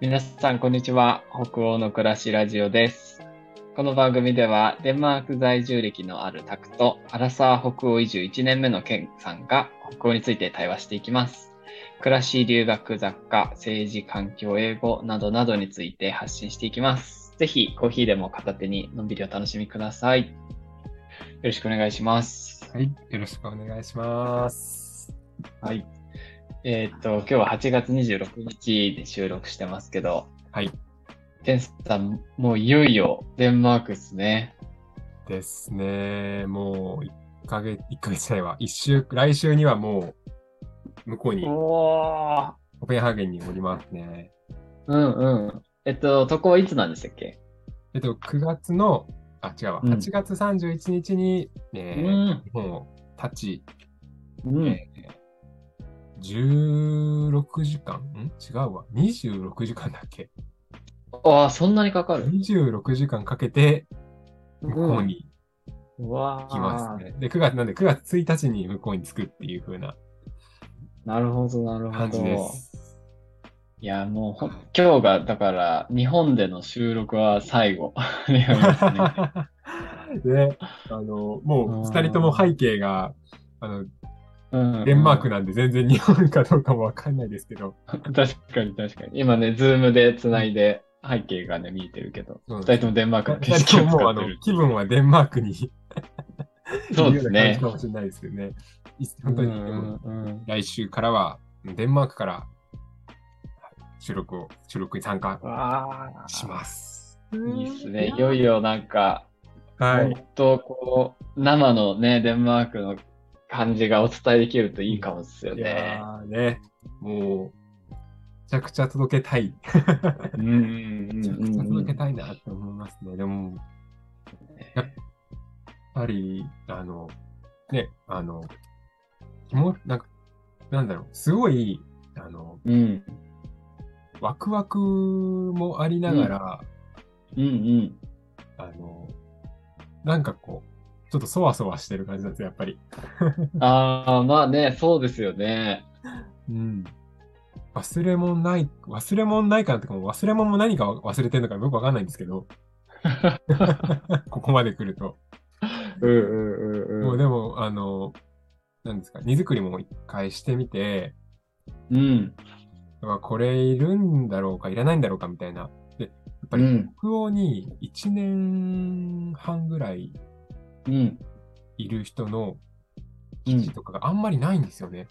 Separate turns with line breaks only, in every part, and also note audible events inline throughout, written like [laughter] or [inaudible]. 皆さん、こんにちは。北欧の暮らしラジオです。この番組では、デンマーク在住歴のあるタクと、アラサー北欧移住1年目のケンさんが、北欧について対話していきます。暮らし、留学、雑貨、政治、環境、英語などなどについて発信していきます。ぜひ、コーヒーでも片手にのんびりお楽しみください。よろしくお願いします。
はい、よろしくお願いします。
はい。えーっと、今日は8月26日で収録してますけど、
はい。
ケンさん、もういよいよデンマークですね。
ですね、もう1ヶ月、1ヶ月じゃないわ、一週、来週にはもう、向こうに、
お
コペンハーゲンにおりますね。
うんうん。えっと、渡航はいつなんでしたっけ、
えっと、9月の、あ、違うわ、
うん
8月31日に、えー
うん
日本を立ち、
うん。
16時間ん違うわ、26時間だっけ
ああ、そんなにかかる
?26 時間かけて、向こう
うん
に
うわ
行
ー
きますね。で、9月、なんで9月1日に向こうに着くっていう風な
なるほど、なるほ
感じで
ど。
す。
いや、もうほん、今日が、だから、日本での収録は最後。 [laughs] になりますね [laughs]
ね、あの、もう二人とも背景が、あの、
うんうん
デンマークなんで全然日本かどうかもわかんないですけど、
確かに確かに。今ね、ズームでつないで背景がね、見えてるけど、
そ
二
うなんです
人ともデンマークの景
二人
色
と
を
ももう
使
あ
って
の
る。
気分はデンマークにい
そうで
るよ
す
うな感じ
ね
か。もしれないですけどね。い本当に、
うんうんうん
来週からは、デンマークからはい収録を、収録に参加
わあ、
します。
いいっすね。いよいよなんか、
は
本
い。
当こう、生のね、デンマークの感じがお伝えできるといいかもですよ
い
ね。
やーね、もう、めちゃくちゃ届けたい。
うんうんうん
めちゃくちゃ
うんう
届け
ん。
たいなって思いますね。でも、やっぱり、あの、ね、あの、もう、なんか、なんだろう、すごい、あの、
うん
ワクワクもありながら、
うんうん。
あの、なんかこう、ちょっとそわそわしてる感じなんですよ、やっぱり。
ああ、まあね、そうですよね。
うん。忘れ物ない、忘れ物ないかなとかも、忘れ物も何か忘れてるのかよくわかんないんです
[laughs]
けど、ここまで来ると。
うんうんうん
もう
うん。
でも、あの、なんですか、荷造りも一回してみて、
うん。
うわこれいるんだろうか、いらないんだろうかみたいな。で、やっぱ
う
り
ん。
北欧に1年半ぐらい
うん。
いる人の
う
記事
ん。
とかがあんまりないんですよね。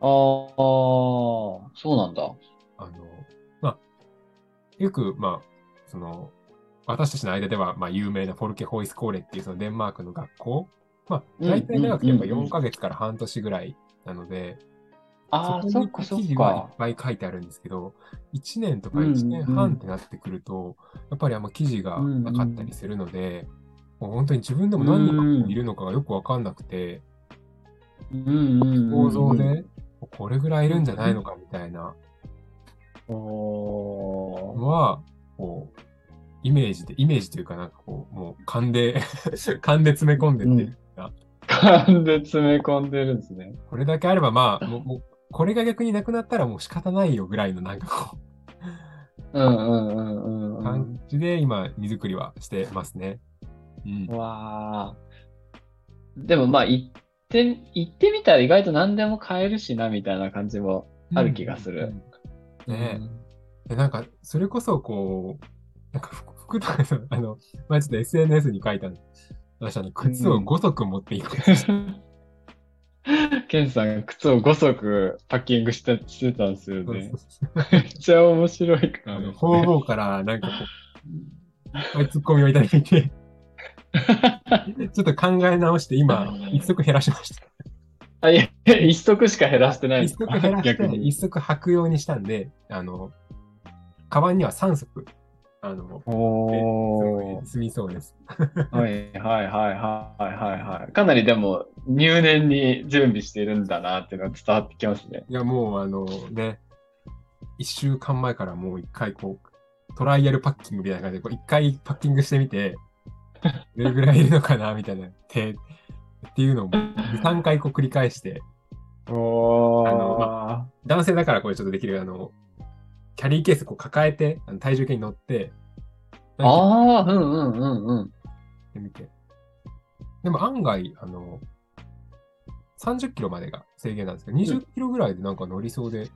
ああ、そうなんだ。
あの、まあ、よく、まあ、その、私たちの間では、まあ、有名なフォルケホイスコーレっていうそのデンマークの学校。まあ、
うん
大体長くてやっぱ
うんうん
4ヶ月から半年ぐらいなので、
ああ、
そ
そ
こ
っ
に
かそ
記
っ
事が
か
い。っぱい書いてあるんですけど、1年とか
うんうん
1年半ってなってくると、やっぱりあんま記事がなかったりするので、もう本当に自分でも何人いるのかがよくわかんなくて、
うんうんうん。
構造でこれぐらいいるんじゃないのかみたいな
おー
のは、こう、イメージで、イメージというかなんかこう、もう勘で、 [laughs] 勘で詰め込んでっていうか、
勘で詰め込んでるんですね。
これだけあればまあ、もう、もうこれが逆になくなったらもう仕方ないよぐらいのなんかこ
うんうんうん
う、
うんうん
感。じで今、荷造りはしてますね。うん。
わあ。でもまあ行って、行ってみたら意外と何でも買えるしなみたいな感じも。ある気がする
うん。ねえ、でなんか、それこそこう、なんか服服とかさ、あの、まあ、ちょっと SNS に書いたの。私、あの、靴を5足持っていく。
ケンさん、靴を5足パッキングしてしてたんですよ
そうそう
ね。
そう
めっちゃ面白いか
あ
ら
の、
ね。
方々から、なんかこう、いっぱいツッコミをいただいて、ちょっと考え直して、今、1足減らしました。
あ、いや、一足しか減らしてないん
1
ですか
足減らして、
逆
1
に。
足履くようにしたんで、あの、カバンには3足、あの、
おー
済みそうです。
はいはいはいはいはいはい。かなりでも入念に準備してるんだなっていうのが伝わってきます
[laughs]
ね。
いや、もうあのね、一週間前からもう一回こう、トライアルパッキングみたいな感じで、こう一回パッキングして
[laughs]
みて、どれぐらいいるのかなみたいな、て、っていうのを2、3回こう繰り返して、
お
あの男性だからこれちょっとできる、あの、キャリーケースこう抱えて、あの体重計に乗って、何か
ああ、うんうんうんうん。
やってみて。でも案外、あの、30キロまでが制限なんですけど、20キロぐらいでなんか乗りそうで、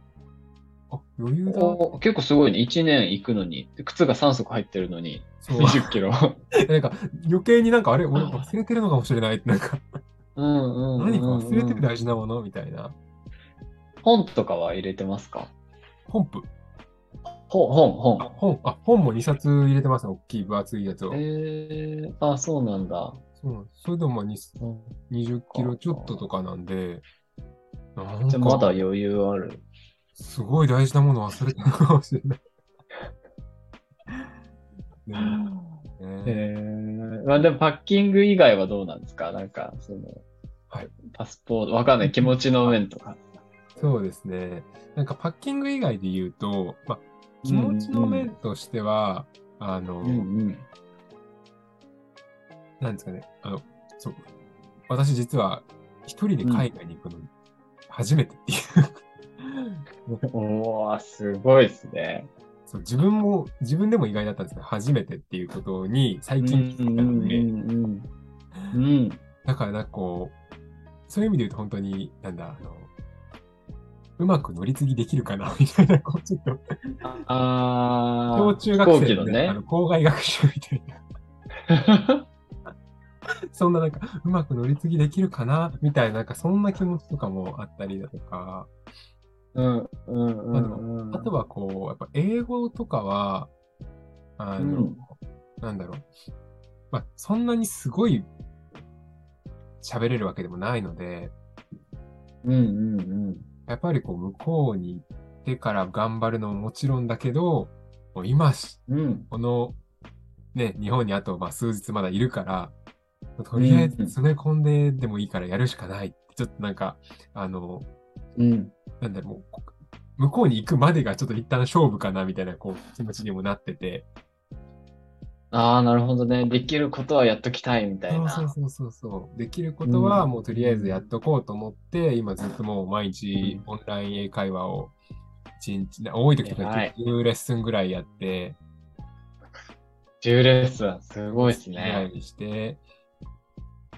あ、余裕だ。
おー結構すごいね。1年行くのに、で靴が3足入ってるのに、
そう。
20キロ。 [laughs]
なんか余計になんかあれ、俺忘れてるのかもしれないって、なんか、
うんうんうんうん
何か忘れてる大事なものみたいな。
本とかは入れてますか
本譜。
本、本、
あ
本。
本、あ、本も2冊入れてますね。大きい分厚いやつを。
えー、あ、そうなんだ。
そうなんですそれでもまあに
うん
20キロちょっととかなんで、なん
じゃあまだ
か
余裕ある。
すごい大事なもの忘れてるかもしれ
[laughs]
ない。ね
え
ね
ー、まあでもパッキング以外はどうなんですかなんか、その、
はい
パスポート、わかんない、気持ちの面とか。
そうですね。なんかパッキング以外で言うと、まあ、気持ちの面としては、あの、
うんうん。
なんですかね、あの、そう、私実は一人で海外に行くの初めてっていう、 [laughs]
おー、すごいですね。
そう、自分も、自分でも意外だったんですけど、初めてっていうことに最
うん
近気づいたので、
うんうんうん。
だからなんかこう、そういう意味で言うと本当に、なんだ、あの、うまく乗り継ぎできるかな、み [laughs] たいな、こう、ちょっと、
うん。あー、
小中学
飛
生
行
の,、
機の
あ
ね
の。校外学習みたいな、 [laughs] そんななんか、うまく乗り継ぎできるかな、みたいな、なんかそんな気持ちとかもあったりだとか、
うんうんうんうん。
あとはこう、やっぱ英語とかは、あの、
うん
なんだろう。まあ、そんなにすごい喋れるわけでもないので、
うんうんうん。
やっぱりこう、向こうに行ってから頑張るのももちろんだけど、もう今し、
うん。
この、ね、日本にあとまあ数日まだいるから、とりあえず詰め込んででもいいからやるしかないって、ちょっとなんか、あの、
うん。
なんだろう、もうこ、向こうに行くまでがちょっと一旦勝負かなみたいなこう気持ちにもなってて。
ああ、なるほどね。できることはやっときたいみたいな。
そうそうそうそうそう。できることは
うん
もうとりあえずやっとこうと思って、今ずっともう毎日オンライン英会話を一日、な多い時とか
偉い
10レッスンぐらいやって、
10レッスン、すごいです
ぐらい
ね。
にして、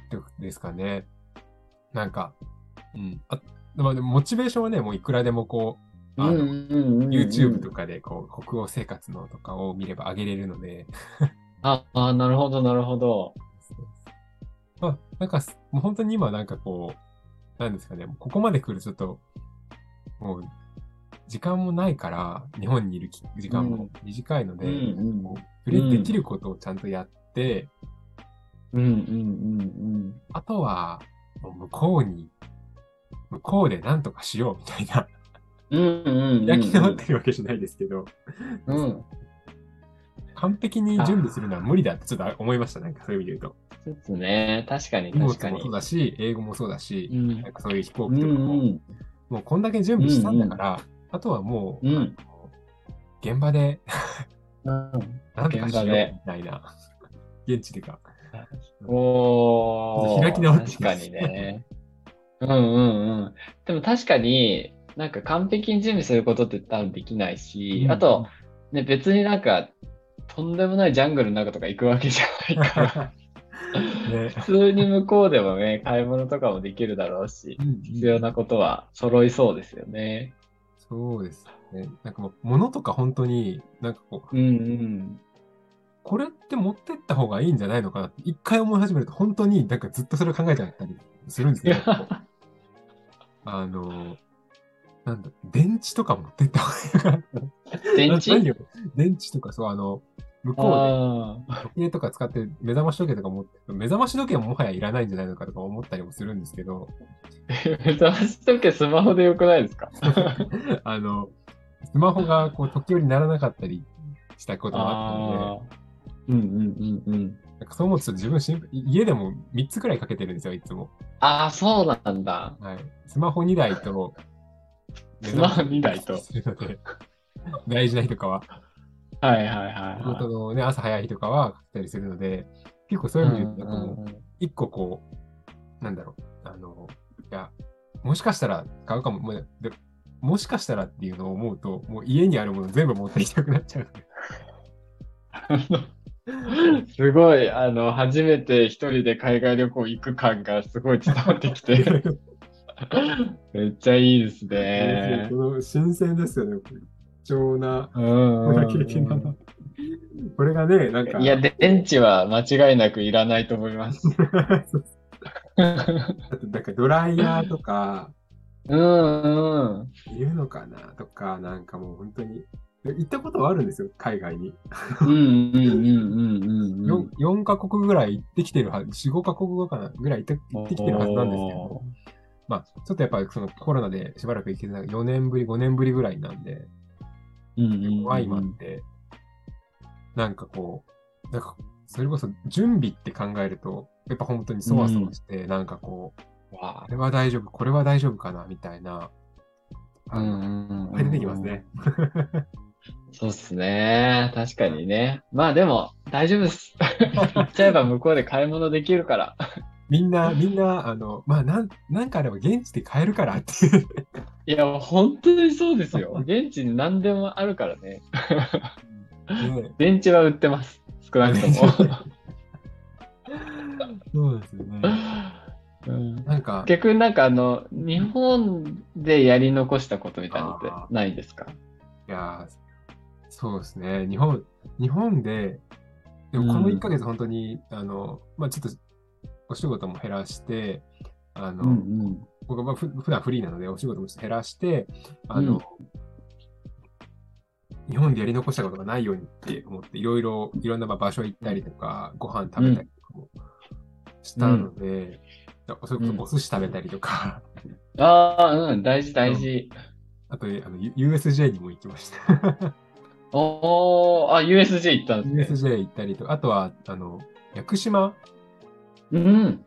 ってことですかね。なんか、うん。あまあ、でもモチベーションはね、もういくらでもこう、
う
あ
ん
の
うんうん。
YouTube と
か。
かでこう北欧生活のとかを見れば上げれるので、
ああー、なるほど、なるほど。
まあ、なんかす、もう本当に今なんかこう、なんですかね、もうここまで来るとちょっと、もう、時間もないから、日本にいるき時間も短いので、
うんうん
こうプレイできることをちゃんとやって、
うんうん
あとは、もう向こうに、向こうでなんとかしようみたいな、
うんうん。うんうんうん。
焼き直ってるわけじゃないですけど、
うん。
完璧に準備するのは無理だってちょっと思いました、なんかそういう意味で言うと。
そうですね。確かに、
荷
確
物
か
も
に
そう。だし、英語もそうだし
う、ん
なんかそういう飛行
う
機
ん
とかも、
うん。
もうこんだけ準備したんだから、あとはもう、
うん
あの現場で
[laughs] うん
なんとかしよう
現場
み
で
たいな、現地でか。
おー
開き直ってき
確
ま
か
す
にね。うんうんうん。でも確かに、なんか完璧に準備することって多分できないし、あと、、ね、別になんか、とんでもないジャングルの中とか行くわけじゃないから、
[laughs] ね、
普通に向こうでもね、買い物とかもできるだろうし、必要なことは揃いそうですよね。
そうですね。なんかもう、物とか本当に、なんかこう、
うん
これって持ってった方がいいんじゃないのかなって、一回思い始めると、本当になんかずっとそれを考えちゃったりするんです
うん。い
け
や
ど、あの、なんだ、電池とか持ってった方がいいのかな。
電池
何を電池とか、そう、あの、向こうで、
あ [laughs] あ。
時計とか使って目覚まし時計とか持って、目覚まし時計ももはやいらないんじゃないのかとか思ったりもするんですけど、
目覚まし時計スマホでよくないですか
あの、スマホがこう時折鳴らなかったりしたこともあっ
あー。うんうんうんうん。
たので、なんかそう思うと自分心配家でも3つくらいかけてるんですよ、いつも。
ああ、そうなんだ。
はい。スマホ2台と、
スマホ2台と
するので大事な日と
[laughs]
かは、
はいはいはい
仕事
は
のね、朝早い日とかはかけたりするので、結構そう
い。
いううん意味で言うと、
うん
もう
うん
一個こう、なんだろう、あの、いや、もしかしたら買うかも、もうでもしかしたらっていうのを思うと、もう家にあるもの全部持っていきたくなっ
[laughs]
ちゃう。
すごい、あの、初めて一人で海外旅行行く感がすごい伝わってき [laughs] て、めっちゃいいですね
こ。の新鮮ですよね。貴重な、
うんうん
経験だな。これがね、なん
う
か、
んいや、電池は間違いなくいらないと思い [laughs] ます。うん
だってなんかドライヤーとか、
うん。
いるのかなとか、なんかもう本当に、行ったことはあるんですよ、海外に。
うんうんうんうんうんう
よ
ん。
4カ国ぐらい行ってきてるはず、4、5カ国かなぐらい行って行ってきてるはずなんですけど
お、
まあ、ちょっとやっぱりそのコロナでしばらく行けてない、4年ぶり、5年ぶりぐらいなんで、
ー。うんうんうん
怖い今って、なんかこう、なんか、それこそ準備って考えると、やっぱ本当にそわそわして、なんかこう、
わ
あれは大丈夫、これは大丈夫かな、みたいな、
あ
あの、いっ
ん
ぱい出てきます。ね。
そうっすね。確かにね。まあでも、大丈夫っす。 [laughs] 行っちゃえば向こうで買い物できるから。
みんな、みんな、あの、まあ、なん、なんかあれば現地で買えるからっていう。
いや、本当にそうですよ。 [laughs] 現地に何でもあるからね。
ね、
電池は売って [laughs] ます。少なくと [laughs] も。
[laughs] そうですよね。
うん
なんか、
逆になんかあの、日本でやり残したことみたいなのって
あ
ないんですか
いやー、そうですね。日本、日本で、でもこの
うん
1ヶ月本当に、あの、まあ、ちょっとお仕事も減らして、あの、
うん
僕はまあふ普段フリーなのでお仕事も減らして、あ
うん
の、日本でやり残したことがないようにって思って、いろいろ、いろんなまあ場所行ったりとか、ご飯食べたりとかもしたので、だそれこそお寿司食べたりとか、
うん。ああ、うん、大事大事。
あとあの、U- USJ にも行きました。
おー、あ、USJ 行ったんですね。
USJ 行ったりとか、あとは、あの、屋久島
うん。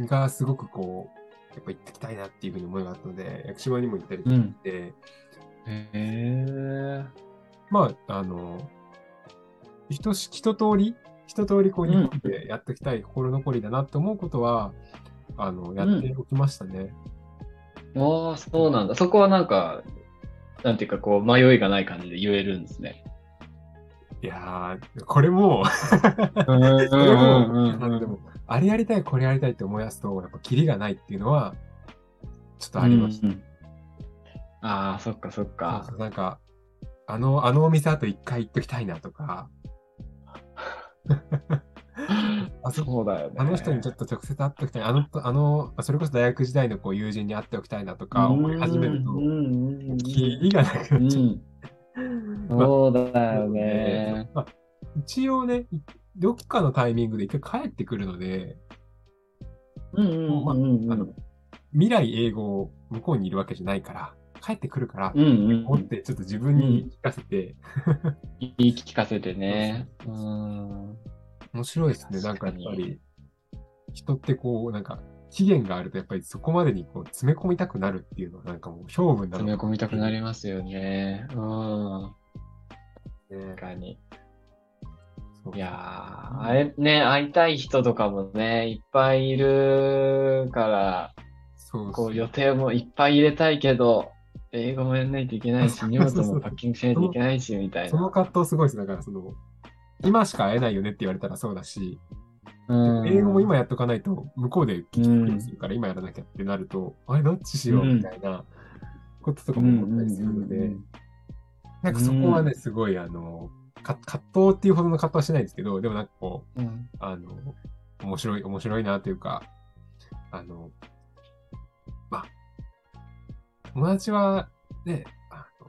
がすごくこう、やっぱ行ってきたいなっていうふうに思いがあったので、屋久島にも行ったりと
う
か
ん。
して、
へえ。
まあ、あの、一し一通り、一通りこう、
うん
日本でやっておきたい心残りだなって思うことは、あの、やっておきましたね。
ああ、そうなんだ。そこはなんか、なんていうか、こう、迷いがない感じで言えるんですね。
いやー、これも、
うんうん
これも、あので
ん。
も、あれやりたい、これやりたいって思い出すと、やっぱキリがないっていうのは、ちょっとありました。
うんああ、そっかそっか
そう。そうなんか、あの、あのお店あと一回行っときたいなと
[laughs]
か、あそ
そうだよね。
あの人にちょっと直接会っておきたい、あの、あの、それこそ大学時代のこう友人に会っておきたいなとか思い始める
う
と、
んうんうん
キリがなく
う
なっちゃう。
ん。
まあ
そうだよね。
まあ、一応ね、いどっかのタイミングで一回帰ってくるので、
うんうんうんうん。
あの未来英語を向こうにいるわけじゃないから、帰ってくるから、
うんうんう
思っ
ん。
てちょっと自分に聞かせて、
言い聞かせてね。うん。
面白いですね。なん
確か
かやっ
に
ぱり、人ってこう、なんか、期限があると、やっぱりそこまでにこう詰め込みたくなるっていうのは、なんかもう勝負な
詰め
のか
込みたくなりますよね。うん。
ね
確。かに。
そう
いやー、あれね、会いたい人とかもね、いっぱいいるから、
そう
こ
そうう
予定もいっぱい入れたいけど、英語もやんないといけないし、荷物もパッキングしないといけないし、みたい
その
な。
葛藤すごいです。だから、その、今しか会えないよねって言われたらそうだし、
うん
英語も今やっとかないと、向こうで聞きたりするから、今やらなきゃってなると、あれ、どっちしようみたいなこととかも思ったりするの
うんうんうんう
で
ん、
なんかそこはね、すごい、あの、か葛藤っていうほどの葛藤はしないんですけど、でもなんかこう、
うん
あの、面白い、面白いなというか、あの、まあ、友達はね、あの、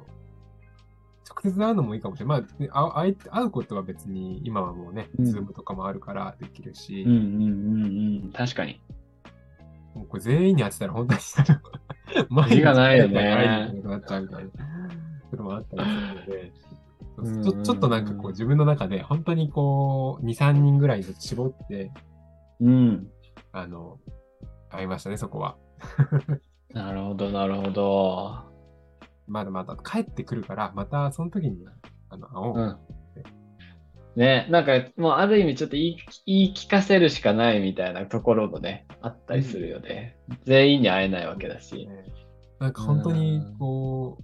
直接会うのもいいかもしれない。まあね、あ会い会うことは別に今はもうね、
うん
ズームとかもあるからできるし、
うんうんうんうん。確かに。
もうこれ全員に会ってたら本当
[laughs]
に、あの毎
キリがないよね
毎日会いに行かなくなっちゃうみたいなこともあったりする
うんうんう
の
ん
で、ちょちょっとなんかこう自分の中で本当にこう、2、3人ぐらいに絞って、
うん。
あの、会いましたね、そこは。
なるほど、なるほど。
まだまだ帰ってくるから、またその時に、あの、会おう。
うん。ね、なんかもうある意味ちょっと言い言い聞かせるしかないみたいなところもね、あったりするよね。全員に会えないわけだし。
ねなんか本当に、こ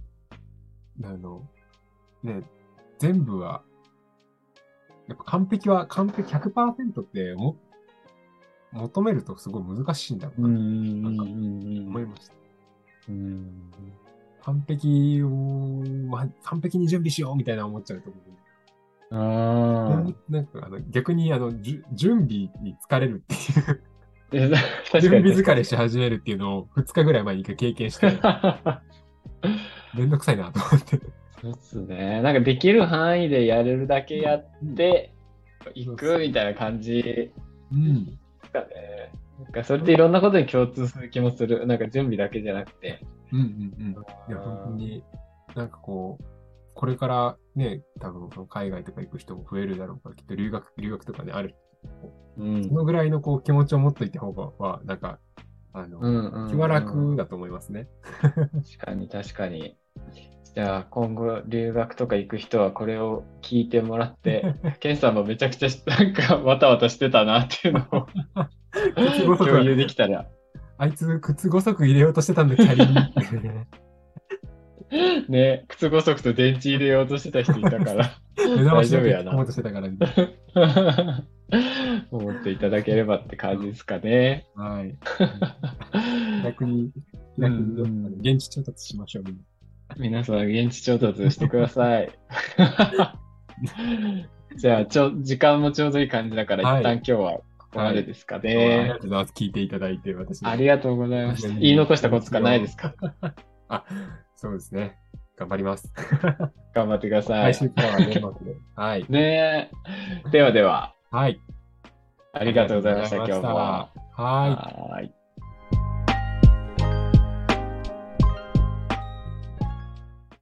う、あの、ね、全部は、やっぱ完璧は、完璧100%っても求めるとすごい難しいんだろう
う
な、
んう
と
んうん
思いました。
うんうん
完璧を、まあ、完璧に準備しようみたいな思っちゃうと思う。
あー
なんかあの逆にあのじゅ準備に疲れるっていう
えざ確か
準備
に。
疲れし始めるっていうのを2日ぐらい前に一回経験
[laughs]
してめんどくさいなと思って
そうですね。なんかできる範囲でやれるだけやって、行くみたいな感じで
うん
すかね。なんかそれでいろんなことに共通する気もする。なんか準備だけじゃなくて。
うんうんうんいや本当になんかこうこれからね多分その海外とか行く人も増えるだろうからきっと留学留学とかねある
うん
そ。のぐらいのこう気持ちを持っといた方がはなんかあの、
うんうんうん
気は楽だと思いますね
確かに確かに。じゃあ今後留学とか行く人はこれを聞いてもら
[laughs]
って、ケンさんもめちゃくちゃなんかわたわたしてたなっていうの
[laughs]
を共有できたら。
あいつ靴ご足入れようとしてたんでキャリー
[laughs]
に
ね、靴ごそくと電池入れようとしてた人いたから。
[laughs] 目覚まし
大丈
だ
夫
け
や
聞
な
こうとしてたから、ね、
[laughs] 思っていただければって感じですかね。
はい。逆に、
うん
逆に、現地調達しましょう。みんな
皆さん、現地調達してくださ
[laughs]
い。じゃあちょ、時間もちょうどいい感じだから、
はい
一旦今日はここまでですかね。
ありがとうございます。聞いていただいて、私の
ありがとうございました。言い残したこととかないですか
あ、そうですね。頑張ります。
頑張ってくださ
来
い。
週からはね、またねはい。
ねえ。ではでは、
はい。
ありがとうございました、
あ
今
り
日
がとうござい
も
ま。したはい。
はーい。